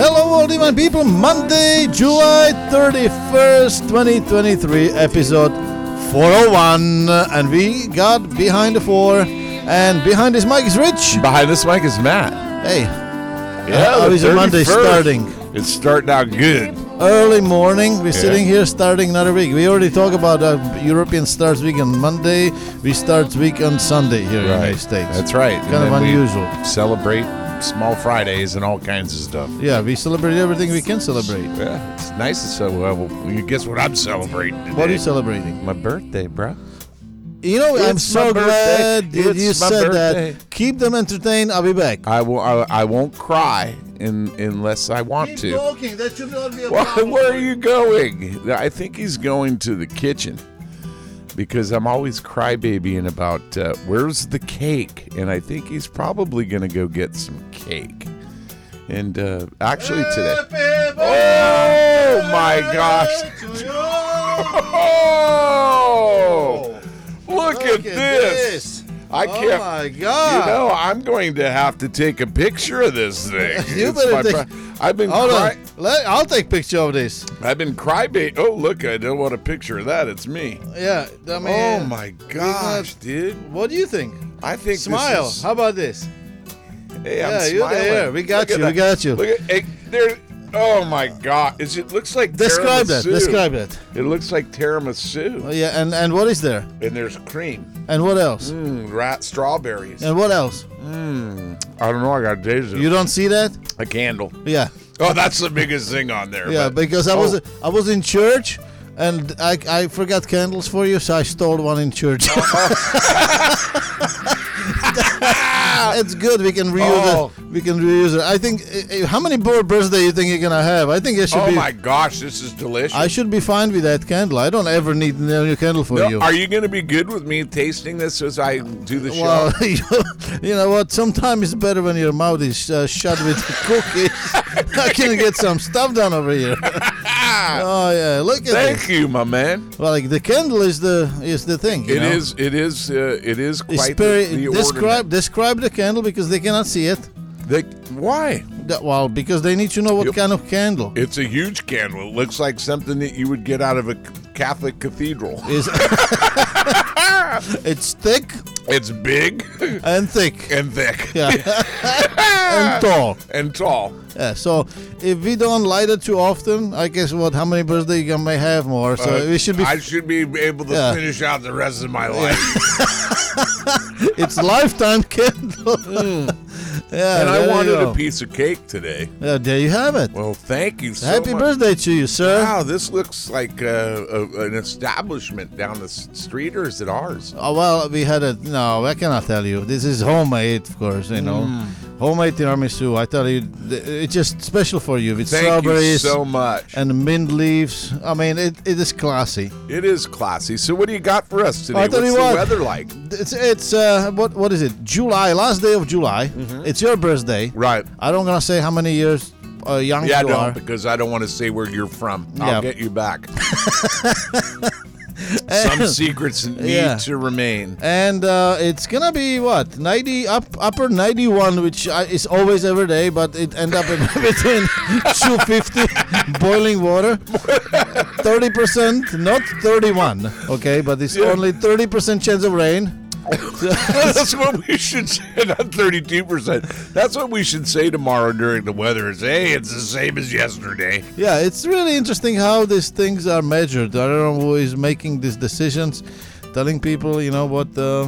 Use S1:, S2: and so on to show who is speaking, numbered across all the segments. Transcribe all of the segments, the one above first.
S1: Hello, all divine people. Monday, July 31st, 2023, episode 401. And we got behind the four. And behind this mic is Rich.
S2: Behind this mic is Matt.
S1: Hey,
S2: Yeah,
S1: how
S2: the
S1: is your Oh, Monday
S2: 31st?
S1: starting?
S2: It's starting out good.
S1: early morning. We're sitting
S2: Yeah.
S1: here starting another week. We already talked about uh, European starts week on Monday. We start week on Sunday here in the United States.
S2: That's right. And
S1: Kind of
S2: then we
S1: unusual.
S2: Celebrate small Fridays and all kinds of stuff.
S1: Yeah, we celebrate everything we can celebrate.
S2: Yeah, it's nice to celebrate. Well, you guess what I'm celebrating today?
S1: What are you celebrating?
S2: My birthday, bro.
S1: You know, I'm
S2: It's
S1: so
S2: my birthday.
S1: glad that
S2: It's
S1: you
S2: my
S1: said
S2: birthday.
S1: that. Keep them entertained. I'll be back.
S2: I will. I, I won't cry in, unless I want to.
S1: talking. That should not be a
S2: Why, where are you going? I think he's going to the kitchen because I'm always crybabying about uh, where's the cake, and I think he's probably going to go get some cake. And uh, actually today, oh my gosh! Oh, look, at, this. I
S1: Oh
S2: can't.
S1: my
S2: You
S1: god!
S2: know, I'm going to have to take a picture of this thing.
S1: You
S2: It's
S1: better
S2: my
S1: take-
S2: pri- I've been
S1: Hold
S2: cry-
S1: on. Let, I'll take picture of this.
S2: I've been crybaby. Oh, look, I don't want a picture of that. It's me.
S1: Yeah. I mean,
S2: oh my gosh, dude!
S1: What do you think?
S2: I think this
S1: Smile.
S2: is-
S1: How about this?
S2: hey, I'm
S1: yeah, you're
S2: smiling.
S1: there. We got
S2: Look at
S1: you, we
S2: that.
S1: got you.
S2: Look at it, there. Oh my god! Is it looks like
S1: Describe that.
S2: tiramisu.
S1: Describe that.
S2: It looks like tiramisu,
S1: Oh, yeah. And and what is there?
S2: and there's cream,
S1: And what else?
S2: mm, rat strawberries.
S1: And what else?
S2: I don't know. I got days
S1: You don't see that?
S2: a candle.
S1: Yeah.
S2: Oh, that's the biggest thing on there.
S1: Yeah,
S2: but-
S1: because I was
S2: Oh,
S1: I was in church and I, I forgot candles for you, so I stole one in church. it's good. We can reuse
S2: Oh.
S1: it. We can reuse it. I think. eh, eh, How many more birthday you think you're gonna have? I think I should
S2: oh
S1: be.
S2: my gosh, this is delicious.
S1: I should be fine with that candle. I don't ever need a new candle for
S2: No,
S1: you.
S2: Are you going to be good with me tasting this as I do the show?
S1: well, you, you know what? Sometimes it's better when your mouth is uh, shut with cookies. I can get some stuff done over here. oh yeah, look at this.
S2: Thank you, my man.
S1: Well, like the candle is the is the thing. You
S2: It
S1: know?
S2: is. It is. Uh, it is
S1: It's
S2: quite
S1: very-
S2: the, the
S1: describe describe the candle because they cannot see it.
S2: ornament. They- why?
S1: That- well, because they need to know what
S2: Yep.
S1: kind of candle
S2: It's a huge candle. It looks like something that you would get out of a Catholic cathedral.
S1: is. it's thick
S2: It's big
S1: and thick
S2: and thick
S1: Yeah. and tall.
S2: and tall.
S1: Yeah, so if we don't light it too often, I guess what? How many birthday you may have more? So
S2: Uh,
S1: we should be.
S2: I should be able to
S1: Yeah.
S2: finish out the rest of my life.
S1: it's lifetime candle. yeah,
S2: Mm. and
S1: there
S2: I
S1: you
S2: wanted
S1: go.
S2: a piece of cake today.
S1: Yeah, there you have it.
S2: Well, thank you so
S1: Happy
S2: much.
S1: birthday to you, sir.
S2: Wow, this looks like uh, a, an establishment down the s- street, or is it ours?
S1: Oh, well, we had a no. I cannot tell you. This is homemade, of course. You know,
S2: Hmm.
S1: homemade tiramisu. I tell you, th- it's just special for you with
S2: Thank you
S1: strawberries
S2: so much.
S1: and mint leaves. I mean, it, it is classy.
S2: It is classy. So, what do you got for us
S1: Oh,
S2: today?
S1: I
S2: What's
S1: tell
S2: the
S1: you what.
S2: weather like?
S1: It's it's uh, what what is it? July, last day of July. It's your birthday.
S2: Mm-hmm. Right.
S1: I don't gonna say how many years uh, young
S2: Yeah,
S1: you
S2: no,
S1: are.
S2: because I don't want to say where you're from.
S1: Yeah.
S2: I'll get you back. Some secrets need
S1: Yeah.
S2: to remain.
S1: and uh, it's gonna be what 90 up upper 91 which uh, is always every day but it end up in between 250 boiling water 30% not 31 okay but it's
S2: Yeah.
S1: only 30% chance of rain
S2: That's what we should say. Not thirty-two percent. That's what we should say tomorrow during the weather. Is hey, it's the same as yesterday.
S1: yeah it's really interesting how these things are measured i don't know who is making these decisions telling people you know what uh,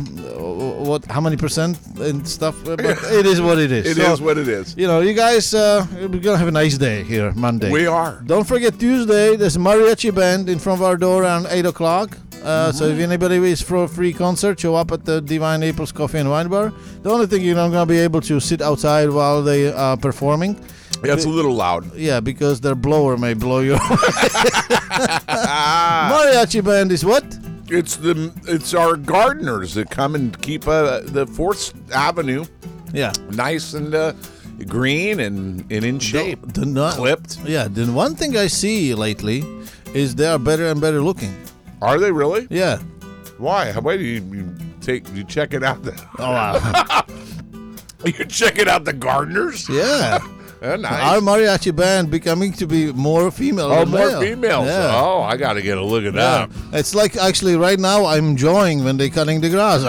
S1: what how many percent and stuff but it is what it is
S2: It is
S1: So-
S2: what it is.
S1: you know, you guys, uh, we're gonna have a nice day here Monday.
S2: We are.
S1: Don't forget Tuesday. There's a mariachi band in front of our door around eight o'clock. Uh, So if anybody is for a free concert, show up at the Divine Naples Coffee and Wine Bar. The only thing you're not gonna be able to sit outside while they are performing.
S2: Yeah, it's a little loud.
S1: Yeah, because their blower may blow you. mariachi band is what?
S2: It's the it's our gardeners that come and keep uh, the Fourth Avenue
S1: Yeah.
S2: nice and uh, green and, and in shape,
S1: The, the no-
S2: clipped.
S1: Yeah. The one thing I see lately is they are better and better looking.
S2: Are they really?
S1: Yeah.
S2: Why? Why do you, you take you check it out? The,
S1: Oh wow.
S2: you check it out the gardeners?
S1: yeah.
S2: Uh, nice.
S1: Our mariachi band becoming to be more female.
S2: Oh,
S1: than
S2: more
S1: male.
S2: females.
S1: Yeah.
S2: Oh, I got to get a look at
S1: Yeah.
S2: that.
S1: It's like actually right now I'm enjoying when they cutting the grass.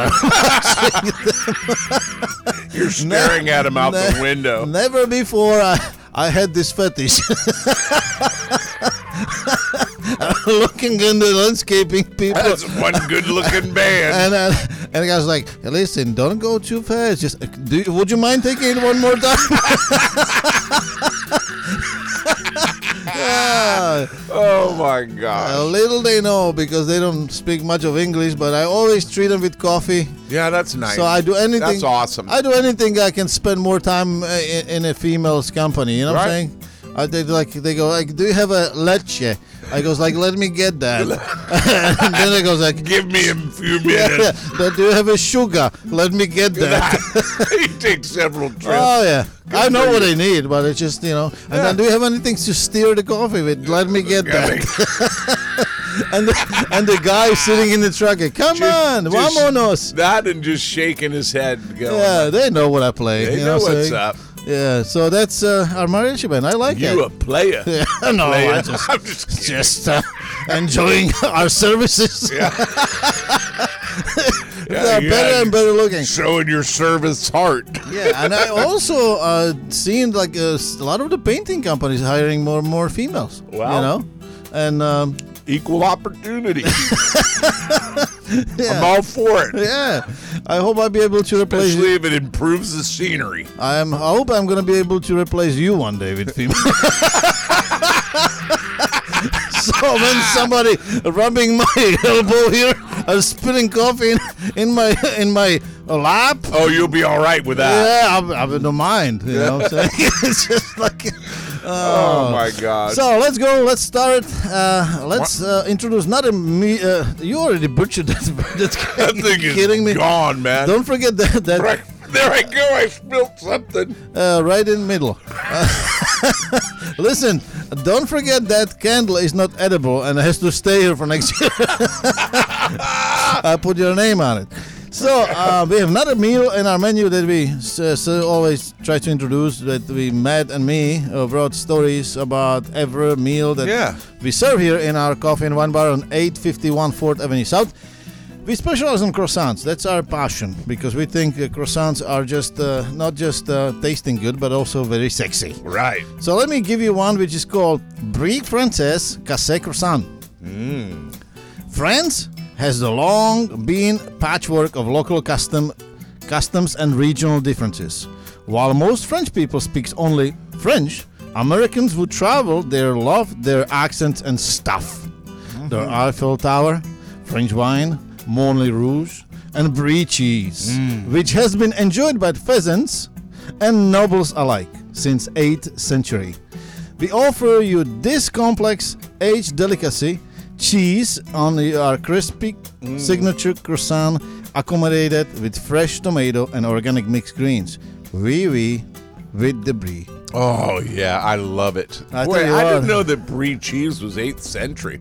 S2: You're staring at him out the window.
S1: Never before I, I had this fetish. Looking in the landscaping people.
S2: That's one good looking man.
S1: And, uh, and the guy's like, "Hey, listen, don't go too fast. Just uh, do, would you mind taking it one more time? Yeah.
S2: Oh, my
S1: Uh,
S2: gosh.
S1: little they know because they don't speak much of English, but I always treat them with coffee.
S2: Yeah, that's nice.
S1: So I do anything.
S2: That's awesome.
S1: I do anything I can spend more time uh, in, in a female's company. You know what I'm
S2: Right.
S1: saying? I they like they go like, do you have a leche? I goes like, let me get that. and then I goes like,
S2: Give me a few minutes.
S1: "Then do you have a sugar? Let me get that.
S2: he takes several trips.
S1: Oh yeah, I
S2: for
S1: know what
S2: you.
S1: I need, but it's just you know. And then do you have anything to steer the coffee with? Let me get that. And the, and the guy sitting in the truck, like, come on,
S2: just-
S1: vamonos.
S2: that and just shaking his head. and Going,
S1: Yeah, they know what I play.
S2: They
S1: you
S2: know
S1: what I'm
S2: what's
S1: saying?
S2: up.
S1: Yeah, so that's uh, our mariachi band. I like
S2: You a
S1: it.
S2: player.
S1: Yeah, no,
S2: player.
S1: Oh, I just
S2: I'm just kidding.
S1: just uh, enjoying our services.
S2: Yeah,
S1: They're
S2: you
S1: better
S2: had-
S1: and better looking.
S2: Showing your service heart.
S1: Yeah, and I also uh, seen like uh, s- a lot of the painting companies hiring more and more females. you
S2: Wow.
S1: know, and um,
S2: Equal opportunity. I'm
S1: yeah,
S2: all for it.
S1: yeah. I hope I'll be able to replace.
S2: Especially if it improves the scenery.
S1: I am. I hope I'm gonna be able to replace you one day with female. so when somebody rubbing my elbow here, or spilling coffee in, in my in my lap.
S2: Oh, you'll be all right with that.
S1: Yeah, I, I don't mind. You know, what I'm saying? it's just like.
S2: Oh, my God.
S1: So let's go. Let's start. Uh, let's uh, introduce not a me. Uh, you already butchered that. That's
S2: that thing is
S1: kidding me.
S2: gone, man.
S1: Don't forget that. that
S2: Right- there I go. I spilled something.
S1: uh, right in middle. Listen, don't forget that candle is not edible and has to stay here for next year. I put your name on it. So uh, we have another meal in our menu that we s- uh, s- always try to introduce. That we Matt and me uh, wrote stories about every meal that
S2: Yeah.
S1: we serve here in our coffee and wine bar on 851 Fourth Avenue South. We specialize in croissants. That's our passion because we think uh, croissants are just uh, not just uh, tasting good, but also very sexy.
S2: Right.
S1: So let me give you one which is called Brie Frances Cassé Croissant. France has the long been patchwork of local custom, customs and regional differences. While most French people speak only French, Americans who travel there love their accents and stuff. Their Eiffel Tower, French wine, Moulin Rouge, and Brie cheese, which has been enjoyed by peasants and nobles alike since 8th century. We offer you this complex aged delicacy cheese on our crispy
S2: Mm.
S1: signature croissant accommodated with fresh tomato and organic mixed greens. Oui, oui, with the brie.
S2: Oh yeah, I love it.
S1: I tell
S2: Wait,
S1: you
S2: I
S1: what.
S2: didn't know that brie cheese was 8th century.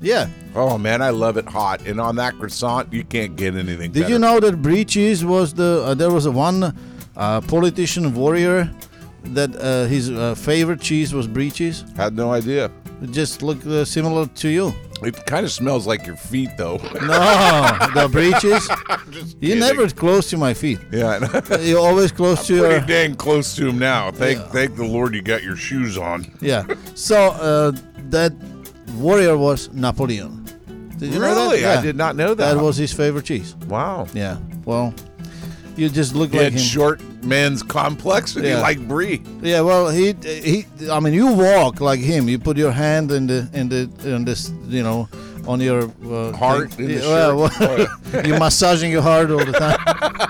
S1: Yeah.
S2: Oh man, I love it hot. And on that croissant, you can't get anything.
S1: Did
S2: better.
S1: you know that brie cheese was the uh, there was a one uh, politician warrior that uh, his uh, favorite cheese was brie cheese?
S2: Had no idea.
S1: Just look uh, similar to you.
S2: It kind of smells like your feet though.
S1: No, the brie cheese. You're
S2: kidding.
S1: never close to my feet.
S2: yeah.
S1: You're always close to your
S2: Pretty dang close to him now. Thank thank the Lord you got your shoes on.
S1: Yeah. So uh, that warrior was Napoleon. Did you know that?
S2: Really? I
S1: Yeah.
S2: did not know that.
S1: That was his favorite cheese.
S2: wow.
S1: Yeah. Well, you just look
S2: He
S1: like
S2: had
S1: him.
S2: short man's complex and he
S1: Yeah.
S2: liked brie.
S1: yeah. Well, he he. I mean, you walk like him. You put your hand in the in the in this you know on your uh,
S2: Heart
S1: thing.
S2: in the
S1: Yeah, well,
S2: shirt.
S1: you're massaging your heart all the time.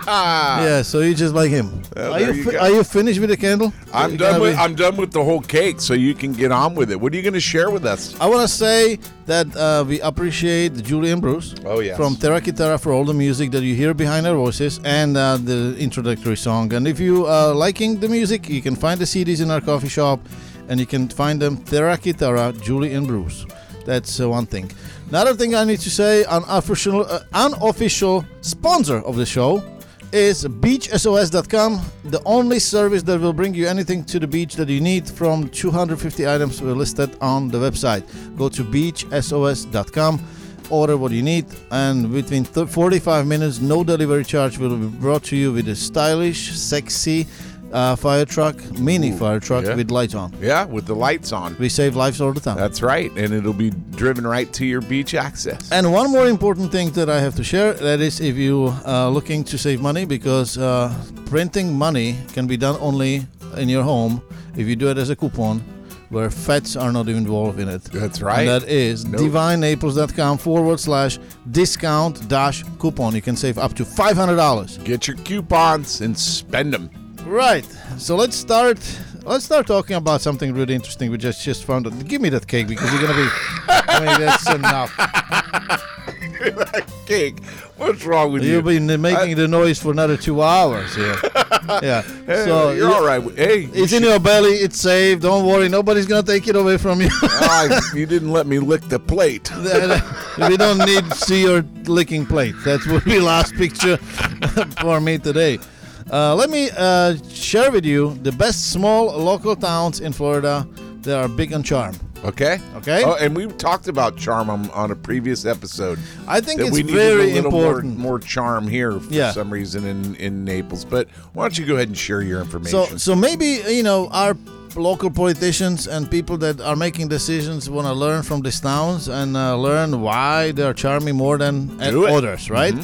S2: Ah,
S1: yeah, so you just like him.
S2: Well,
S1: are
S2: there
S1: you,
S2: you
S1: fi-
S2: go.
S1: are you finished with the candle?
S2: I'm
S1: You
S2: done
S1: gotta
S2: with
S1: be-
S2: I'm done with the whole cake, so you can get on with it. What are you going to share with us?
S1: I want to say that uh, we appreciate Julian Bruce.
S2: Oh, yes.
S1: From Terra Kitara for all the music that you hear behind our voices and uh, the introductory song. And if you are liking the music, you can find the CDs in our coffee shop, and you can find them Terra Kitara, Julian Bruce. That's uh, one thing. Another thing I need to say, an official, uh, unofficial sponsor of the show is beachsos.com, the only service that will bring you anything to the beach that you need from 250 items were listed on the website. Go to beachsos.com, order what you need, and within th- 45 minutes, no delivery charge will be brought to you with a stylish, sexy uh, fire truck, mini fire truck
S2: yeah.
S1: with lights on.
S2: Yeah, with the lights on.
S1: We save lives all the time.
S2: That's right, and it'll be driven right to your beach access.
S1: And one more important thing that I have to share that is if you are looking to save money because uh, printing money can be done only in your home if you do it as a coupon where fats are not involved in it.
S2: That's right.
S1: And that is
S2: Nope.
S1: divinenaples.com forward slash discount dash coupon. You can save up to $500.
S2: Get your coupons and spend them.
S1: Right. So let's start. Let's start talking about something really interesting we just just found. Out. Give me that cake because you're gonna be. I mean, that's enough.
S2: Cake. What's wrong with
S1: You've
S2: you?
S1: been making the noise for another two hours here. yeah.
S2: Hey,
S1: so
S2: you're
S1: you-
S2: all right. Hey, you
S1: It's in your belly. It's safe. Don't worry. Nobody's gonna take it away from you.
S2: Ah, you didn't let me lick the plate.
S1: we don't need to see your licking plate. That will be last picture for me today. Uh, let me uh, share with you the best small local towns in Florida that are big on charm.
S2: Okay.
S1: Okay.
S2: Oh, and we talked about charm on, on a previous episode.
S1: I think
S2: that
S1: it's
S2: we needed
S1: very
S2: a little more-
S1: important.
S2: More, charm here for
S1: Yeah.
S2: some reason in, in Naples. But why don't you go ahead and share your
S1: So,
S2: information?
S1: so maybe you know our local politicians and people that are making decisions want to learn from these towns and uh, learn why they are charming more than at
S2: Do it. Mm-hmm.
S1: others, right?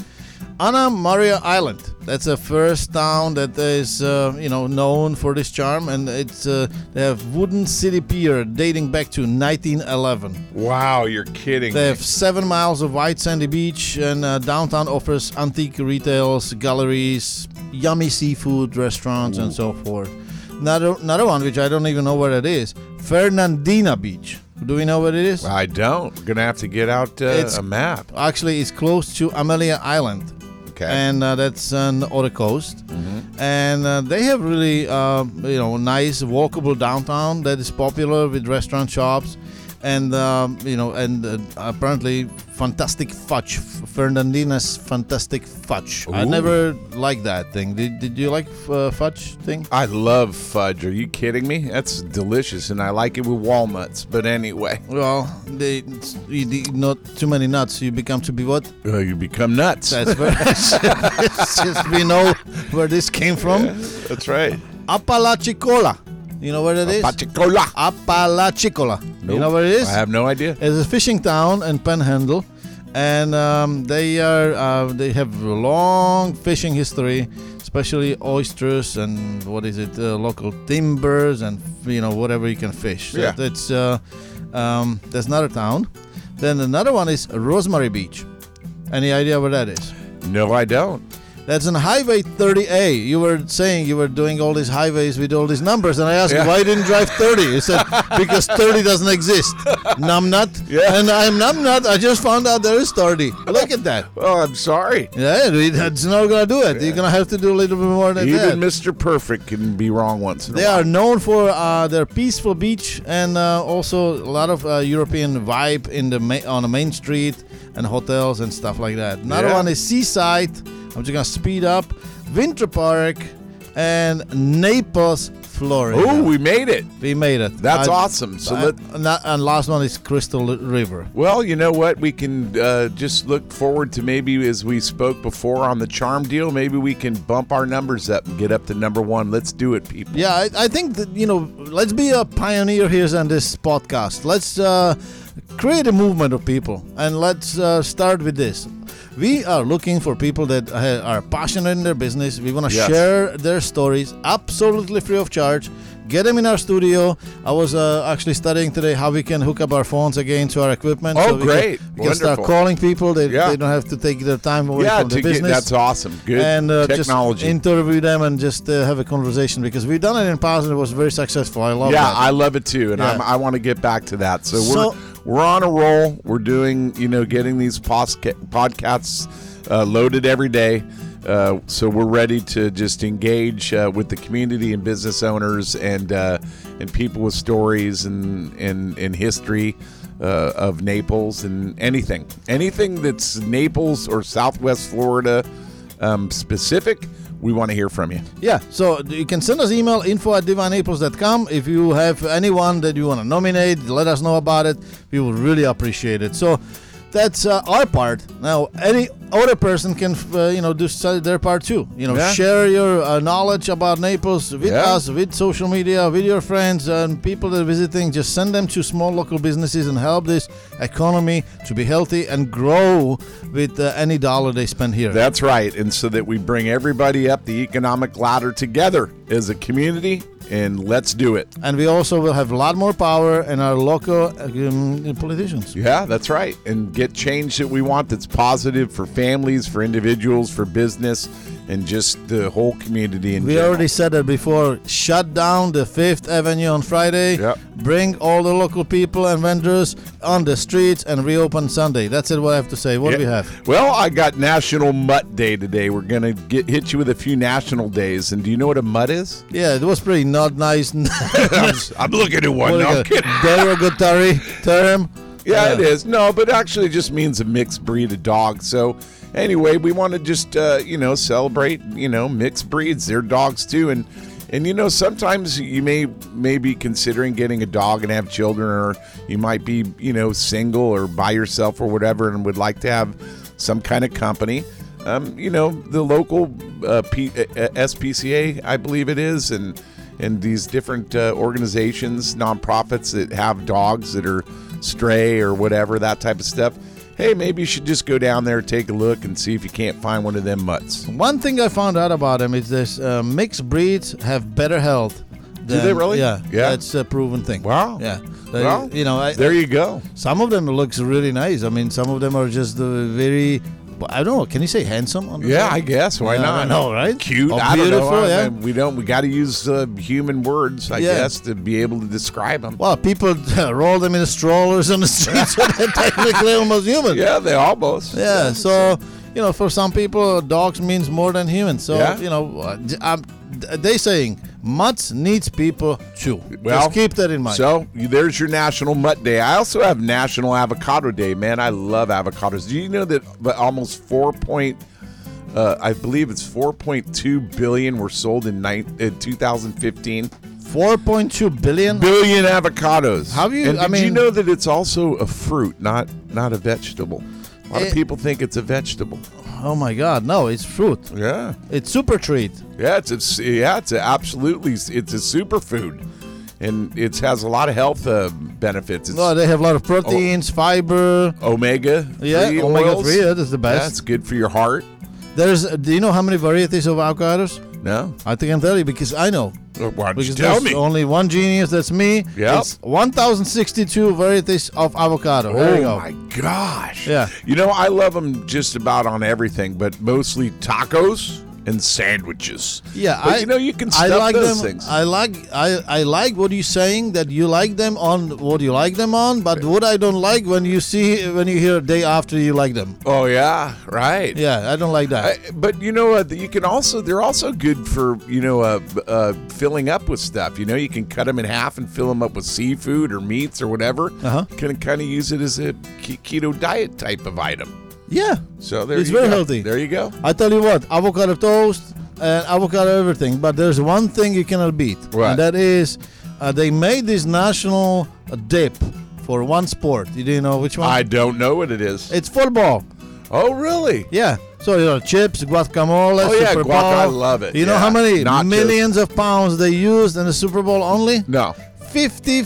S1: Anna Maria Island. That's the first town that is uh, you know known for this charm, and it's uh, they have wooden city pier dating back to 1911.
S2: wow, you're kidding.
S1: They
S2: me.
S1: have seven miles of white sandy beach, and uh, downtown offers antique retails, galleries, yummy seafood restaurants, and so forth. Another, another one, which I don't even know where it is, Fernandina Beach. Do we know what it is?
S2: I don't. We're gonna have to get out uh,
S1: It's-
S2: a map.
S1: Actually, it's close to Amelia Island,
S2: Okay. Mm-hmm.
S1: and uh, that's on the other coast. And uh, they have really, uh, you know, nice walkable downtown that is popular with restaurant shops, and um, you know, and uh, apparently fantastic fudge, Fernandina's fantastic fudge. I
S2: Ooh.
S1: never liked that thing. Did, did you like uh, fudge thing?
S2: I love fudge. Are you kidding me? That's delicious, and I like it with walnuts. But anyway,
S1: Well, they you eat not too many nuts, you become to be what?
S2: uh, you become nuts.
S1: That's where it's just we know where this came from.
S2: That's right.
S1: Apalachicola. You know where that is?
S2: Pachicola.
S1: Apalachicola. You know
S2: Nope.
S1: where it is?
S2: I have no idea.
S1: It's a fishing town and Panhandle, and um, they are uh, they have a long fishing history, especially oysters and what is it, uh, local timbers and you know whatever you can fish. So
S2: Yeah.
S1: that's uh, um, that's another town. Then another one is Rosemary Beach. Any idea where that is?
S2: No, I don't.
S1: That's on Highway 30A. You were saying you were doing all these highways with all these numbers, and I asked
S2: Yeah.
S1: you why you didn't drive 30. You said because 30 doesn't exist. Numbnut.
S2: Yeah.
S1: And I'm numbnut. I just found out there is 30. Look at that.
S2: Oh, I'm sorry.
S1: Yeah, we- that's not gonna do it. You're gonna have to do a little bit more than that.
S2: Even Mr. Perfect can be wrong once in
S1: They
S2: a while.
S1: are known for uh, their peaceful beach and uh, also a lot of uh, European vibe in the ma- on the main street and hotels and stuff like that. Another
S2: Yeah.
S1: one is Seaside. I'm just gonna speed up. Winter Park and Naples, Florida.
S2: Oh, we made it.
S1: we made it.
S2: That's
S1: I-
S2: awesome. So
S1: I-
S2: let.
S1: and, that- and last one is Crystal River.
S2: Well, you know what? We can uh, just look forward to maybe, as we spoke before on the charm deal, maybe we can bump our numbers up and get up to number one. Let's do it, people.
S1: Yeah, I, I think that you know, let's be a pioneer here on this podcast. Let's uh, create a movement of people, and let's uh, start with this. We are looking for people that uh, are passionate in their business. We want to
S2: Yes.
S1: share their stories absolutely free of charge. Get them in our studio. I was uh, actually studying today how we can hook up our phones again to our equipment.
S2: Oh,
S1: we
S2: great.
S1: Can, we can start
S2: Wonderful.
S1: calling people. They,
S2: Yeah.
S1: they don't have to take their time away
S2: yeah,
S1: from the
S2: to get,
S1: business
S2: that's awesome. Good
S1: and uh,
S2: technology.
S1: just interview them and just uh, have a conversation because we've done it in past and it was very successful. I love
S2: yeah,
S1: that.
S2: I love it too, and
S1: Yeah.
S2: I'm, I want to get back to that. So we're
S1: So-
S2: we're on a roll. We're doing you know getting these posca- podcasts uh, loaded every day. Uh, so we're ready to just engage uh, with the community and business owners and uh, and people with stories and and, and history uh, of Naples and anything anything that's Naples or Southwest Florida um, specific. We want to hear from you.
S1: yeah, so you can send us email info at divineaples.com. If you have anyone that you want to nominate, let us know about it. We would really appreciate it. So that's uh, our part. Now, any other person can, uh, you know, do s- their part too. You know,
S2: Yeah.
S1: share your uh, knowledge about Naples with
S2: Yeah.
S1: us, with social media, with your friends and people that are visiting. Just send them to small local businesses and help this economy to be healthy and grow with uh, any dollar they spend here.
S2: That's right. And so that we bring everybody up the economic ladder together as a community, and let's do it.
S1: and we also will have a lot more power in our local um, politicians.
S2: Yeah, that's right. And get change that we want that's positive for families, for individuals, for business, and just the whole community in
S1: We
S2: general.
S1: already said that before. Shut down the Fifth Avenue on Friday.
S2: Yep.
S1: Bring all the local people and vendors on the streets and reopen Sunday. That's it. What I have to say. What do we
S2: Yeah.
S1: have?
S2: Well, I got National Mutt Day today. We're gonna get hit you with a few national days. And do you know what a mutt is?
S1: Yeah, it was pretty not nice.
S2: I'm, I'm looking at one. No, I'm kidding.
S1: derogatory term. Uh,
S2: Yeah, it is. No, but actually, it just means a mixed breed of dog. So, anyway, we want to just uh, you know celebrate you know mixed breeds. They're dogs too, and and you know sometimes you may may be considering getting a dog and have children, or you might be you know single or by yourself or whatever, and would like to have some kind of company. Um, you know the local uh, P- uh, SPCA, I believe it is, and and these different uh, organizations, nonprofits that have dogs that are stray or whatever, that type of stuff. Hey, maybe you should just go down there, take a look, and see if you can't find one of them mutts.
S1: One thing I found out about them is this: uh, mixed breeds have better health. Than,
S2: they really?
S1: Yeah,
S2: Yeah.
S1: That's a proven thing.
S2: Wow.
S1: Yeah. They-
S2: Well,
S1: you know, I,
S2: There you go.
S1: Some of them looks really nice. I mean, some of them are just uh, very. I don't know. Can you say handsome? on the
S2: Yeah,
S1: phone?
S2: I guess. Why
S1: Yeah, I
S2: not?
S1: don't know, right?
S2: Cute.
S1: Or
S2: I don't know.
S1: beautiful,
S2: I-
S1: yeah.
S2: I- we don't. We got to use uh, human words, I
S1: Yeah.
S2: guess, to be able to describe them.
S1: Well, people roll them in strollers on the streets, so they're technically almost human.
S2: yeah, they almost.
S1: Yeah, So you know, for some people, dogs means more than humans. So
S2: Yeah.
S1: you know, uh, I'm, they saying mutts needs people too.
S2: Well,
S1: Just keep that in mind.
S2: So you- there's your National Mutt Day. I also have National Avocado Day. Man, I love avocados. Do you know that but almost four point, uh, I believe it's 4.2 billion were sold in nine, uh, 2015.
S1: Four point two billion.
S2: Billion avocados.
S1: How do you-
S2: And
S1: I
S2: did you
S1: mean-
S2: know that it's also a fruit, not not a vegetable. A lot
S1: It-
S2: of people think it's a vegetable.
S1: Oh my God! No, it's fruit.
S2: Yeah.
S1: It's super treat.
S2: Yeah, it's a, yeah, it's a absolutely it's a superfood, and it has a lot of health uh, benefits. It's,
S1: No, they have a lot of proteins, fiber.
S2: omega
S1: Yeah,
S2: three
S1: omega
S2: oils.
S1: three. That is the best.
S2: That's good for your heart.
S1: There's, do you know how many varieties of avocados?
S2: No,
S1: I think I'm telling you because I know.
S2: Well, why don't you
S1: Because
S2: tell
S1: there's
S2: me?
S1: only one genius, that's me.
S2: Yep.
S1: It's 1,062 varieties of avocado. there you
S2: Oh
S1: go.
S2: my gosh!
S1: Yeah.
S2: you know I love them just about on everything, but mostly tacos and sandwiches.
S1: Yeah,
S2: but
S1: I
S2: you know you can
S1: I
S2: stuff
S1: like
S2: those
S1: them.
S2: things.
S1: I like I, I like what you're saying that you like them on what you like them on, but what I don't like when you see when you hear day after you like them.
S2: oh yeah, right.
S1: Yeah, I don't like that.
S2: I, but you know what? You can also they're also good for you know uh, uh, filling up with stuff. You know, you can cut them in half and fill them up with seafood or meats or whatever.
S1: Uh-huh.
S2: Can kind of use it as a ke- keto diet type of item.
S1: yeah.
S2: So there
S1: It's
S2: you
S1: very
S2: go.
S1: healthy.
S2: There you go.
S1: I tell you what, avocado toast and avocado everything, but there's one thing you cannot beat,
S2: What?
S1: and that is uh, they made this national uh, dip for one sport. You do you know which one?
S2: I don't know what it is.
S1: it's football.
S2: oh, really?
S1: Yeah. So you know, chips, guacamole,
S2: Oh, yeah,
S1: Super Bowl.
S2: guac, I love it.
S1: You know how
S2: Yeah.
S1: many
S2: Nachos.
S1: millions of pounds they used in the Super Bowl only?
S2: No.
S1: Fifty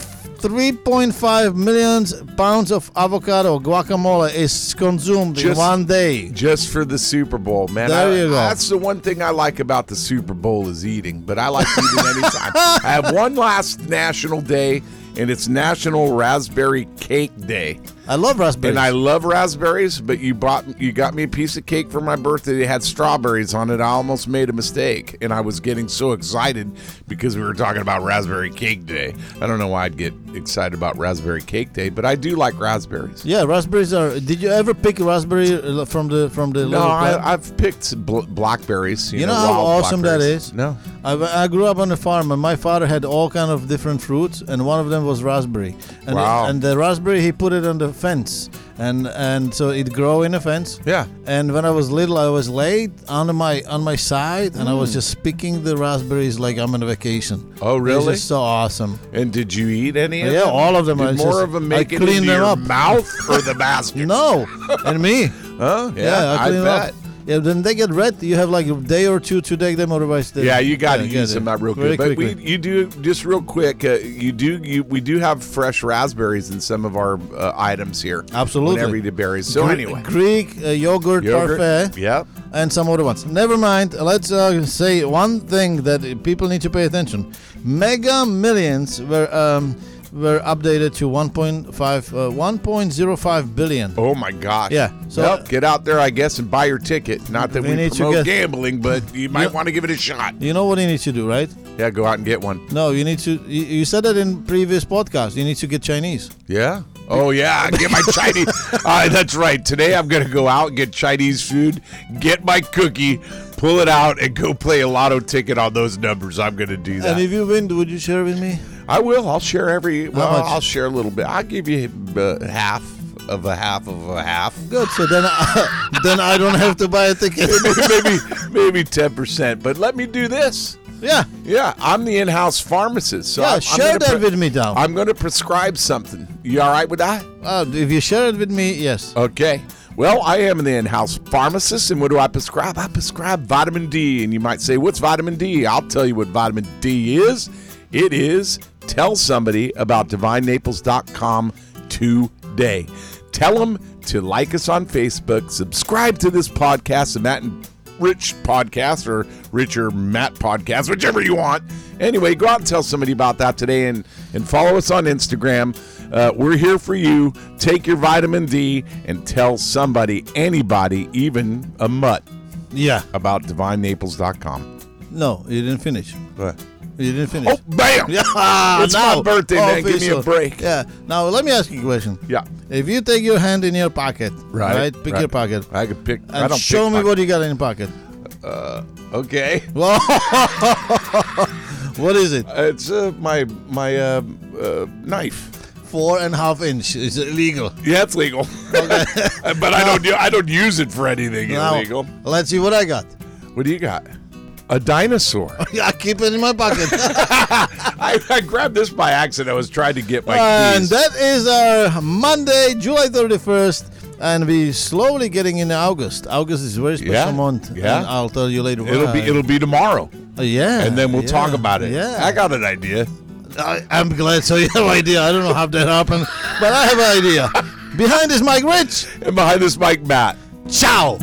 S1: 3.5 million pounds of avocado guacamole is consumed in
S2: Just-
S1: one day.
S2: Just for the Super Bowl, man.
S1: There
S2: I-
S1: you go.
S2: That's the one thing I like about the Super Bowl is eating, but I like eating anytime. I have one last national day, and it's National Raspberry Cake Day.
S1: I love raspberries.
S2: And I love raspberries, but you bought you got me a piece of cake for my birthday that had strawberries on it. I almost made a mistake, and I was getting so excited because we were talking about Raspberry Cake Day. I don't know why I'd get excited about Raspberry Cake Day, but I do like raspberries.
S1: yeah, raspberries are. Did you ever pick raspberry uh, from the from the?
S2: No,
S1: little plant?
S2: I, I've picked bl- blackberries. You,
S1: You know how
S2: wild
S1: awesome that
S2: blackberries.
S1: is?
S2: No,
S1: I, I grew up on a farm, and my father had all kind of different fruits, and one of them was raspberry. And
S2: Wow.
S1: The, and the raspberry he put it on the fence, and and so it grow in a fence.
S2: Yeah.
S1: And when I was little, I was laid on my on my side, and I was just picking the raspberries like I'm on a vacation.
S2: Mm. Oh, really?
S1: This is so awesome.
S2: and did you eat any? of
S1: Yeah,
S2: them?
S1: all of them.
S2: Did
S1: I
S2: more
S1: just-
S2: of them
S1: I
S2: make it
S1: cleaned
S2: into
S1: them
S2: your
S1: up.
S2: mouth or the basket?
S1: No, and me.
S2: Huh?
S1: Yeah, I clean it
S2: bet.
S1: up. Yeah, then they get red. You have like a day or two to take them, otherwise they.
S2: Yeah, you got to
S1: get
S2: use
S1: it.
S2: them up real
S1: Very
S2: quick. But we,
S1: quickly.
S2: you do just real quick. Uh, you do you we do have fresh raspberries in some of our uh, items here.
S1: Absolutely.
S2: whenever you do berries. So
S1: Gre-
S2: anyway,
S1: Greek uh, yogurt,
S2: yogurt.
S1: parfait.
S2: Yep.
S1: and some other ones. Never mind. Let's uh, say one thing that people need to pay attention. Mega Millions were um, were updated to 1.5 uh, 1.05 billion.
S2: Oh my gosh.
S1: Yeah, so-
S2: Well, get out there, I guess, and buy your ticket. Not that we,
S1: We need to
S2: promote
S1: get-
S2: gambling, but you might
S1: Yeah.
S2: want to give it a shot.
S1: You know what you need to do, right?
S2: Yeah, go out and get one.
S1: No, you need to. You, you said that in previous podcasts. You need to get Chinese.
S2: Yeah. Oh yeah, get my Chinese. Ah, that's right. Today I'm gonna go out and get Chinese food, get my cookie, pull it out, and go play a lotto ticket on those numbers. I'm gonna do that.
S1: And if you win, would you share with me?
S2: I will. I'll share every. Well,
S1: much?
S2: I'll share a little bit. I'll give you uh, half of a half of a half.
S1: Good. So then, I, then I don't have to buy a ticket.
S2: maybe maybe ten percent. But let me do this.
S1: yeah.
S2: Yeah, I'm the in-house pharmacist. So
S1: Yeah,
S2: I'm, I'm
S1: share
S2: gonna
S1: that with me now.
S2: I'm going to prescribe something. You all right with that?
S1: Uh, if you share it with me, yes.
S2: Okay. Well, I am the in-house pharmacist, and what do I prescribe? I prescribe vitamin D, and you might say, "What's vitamin D?" I'll tell you what vitamin D is. It is tell somebody about divinenaples.com today. Tell them to like us on Facebook, subscribe to this podcast, the Matt and Rich podcast, or Rich or Matt podcast, whichever you want. Anyway, go out and tell somebody about that today, and and follow us on Instagram. Uh, we're here for you. Take your vitamin D and tell somebody, anybody, even a mutt,
S1: Yeah.
S2: about divinenaples.com.
S1: No, you didn't finish. You didn't finish.
S2: Oh, bam!
S1: Yeah,
S2: It's my
S1: now,
S2: birthday, man. Give me a
S1: Ah, official.
S2: break.
S1: Yeah. Now let me ask you a question.
S2: Yeah.
S1: If you take your hand in your pocket,
S2: Right.
S1: right? Pick your pocket
S2: I can pick. I
S1: and
S2: don't
S1: show
S2: pick
S1: me
S2: my-
S1: what you got in your pocket.
S2: Okay.
S1: Well, what is it?
S2: It's uh, my my uh, uh, knife.
S1: Four and a half inch. It's illegal.
S2: Yeah, it's legal. but I don't do, I don't use it for anything
S1: Now,
S2: illegal.
S1: let's see what I got.
S2: What do you got? A dinosaur.
S1: Yeah, I keep it in my pocket.
S2: I, I grabbed this by accident. I was trying to get my
S1: Uh, and
S2: keys.
S1: that is our Monday, July 31st. And we slowly getting into August. August is a very special
S2: Yeah,
S1: month.
S2: yeah.
S1: And I'll tell you later.
S2: it'll be
S1: why.
S2: it'll be tomorrow,
S1: Uh, yeah.
S2: and then we'll
S1: yeah,
S2: talk about it.
S1: Yeah.
S2: I got an idea.
S1: I, I'm glad. So you have an idea. I don't know how that happened, but I have an idea. Behind is Mike Rich.
S2: And behind this mic, Matt.
S1: Ciao.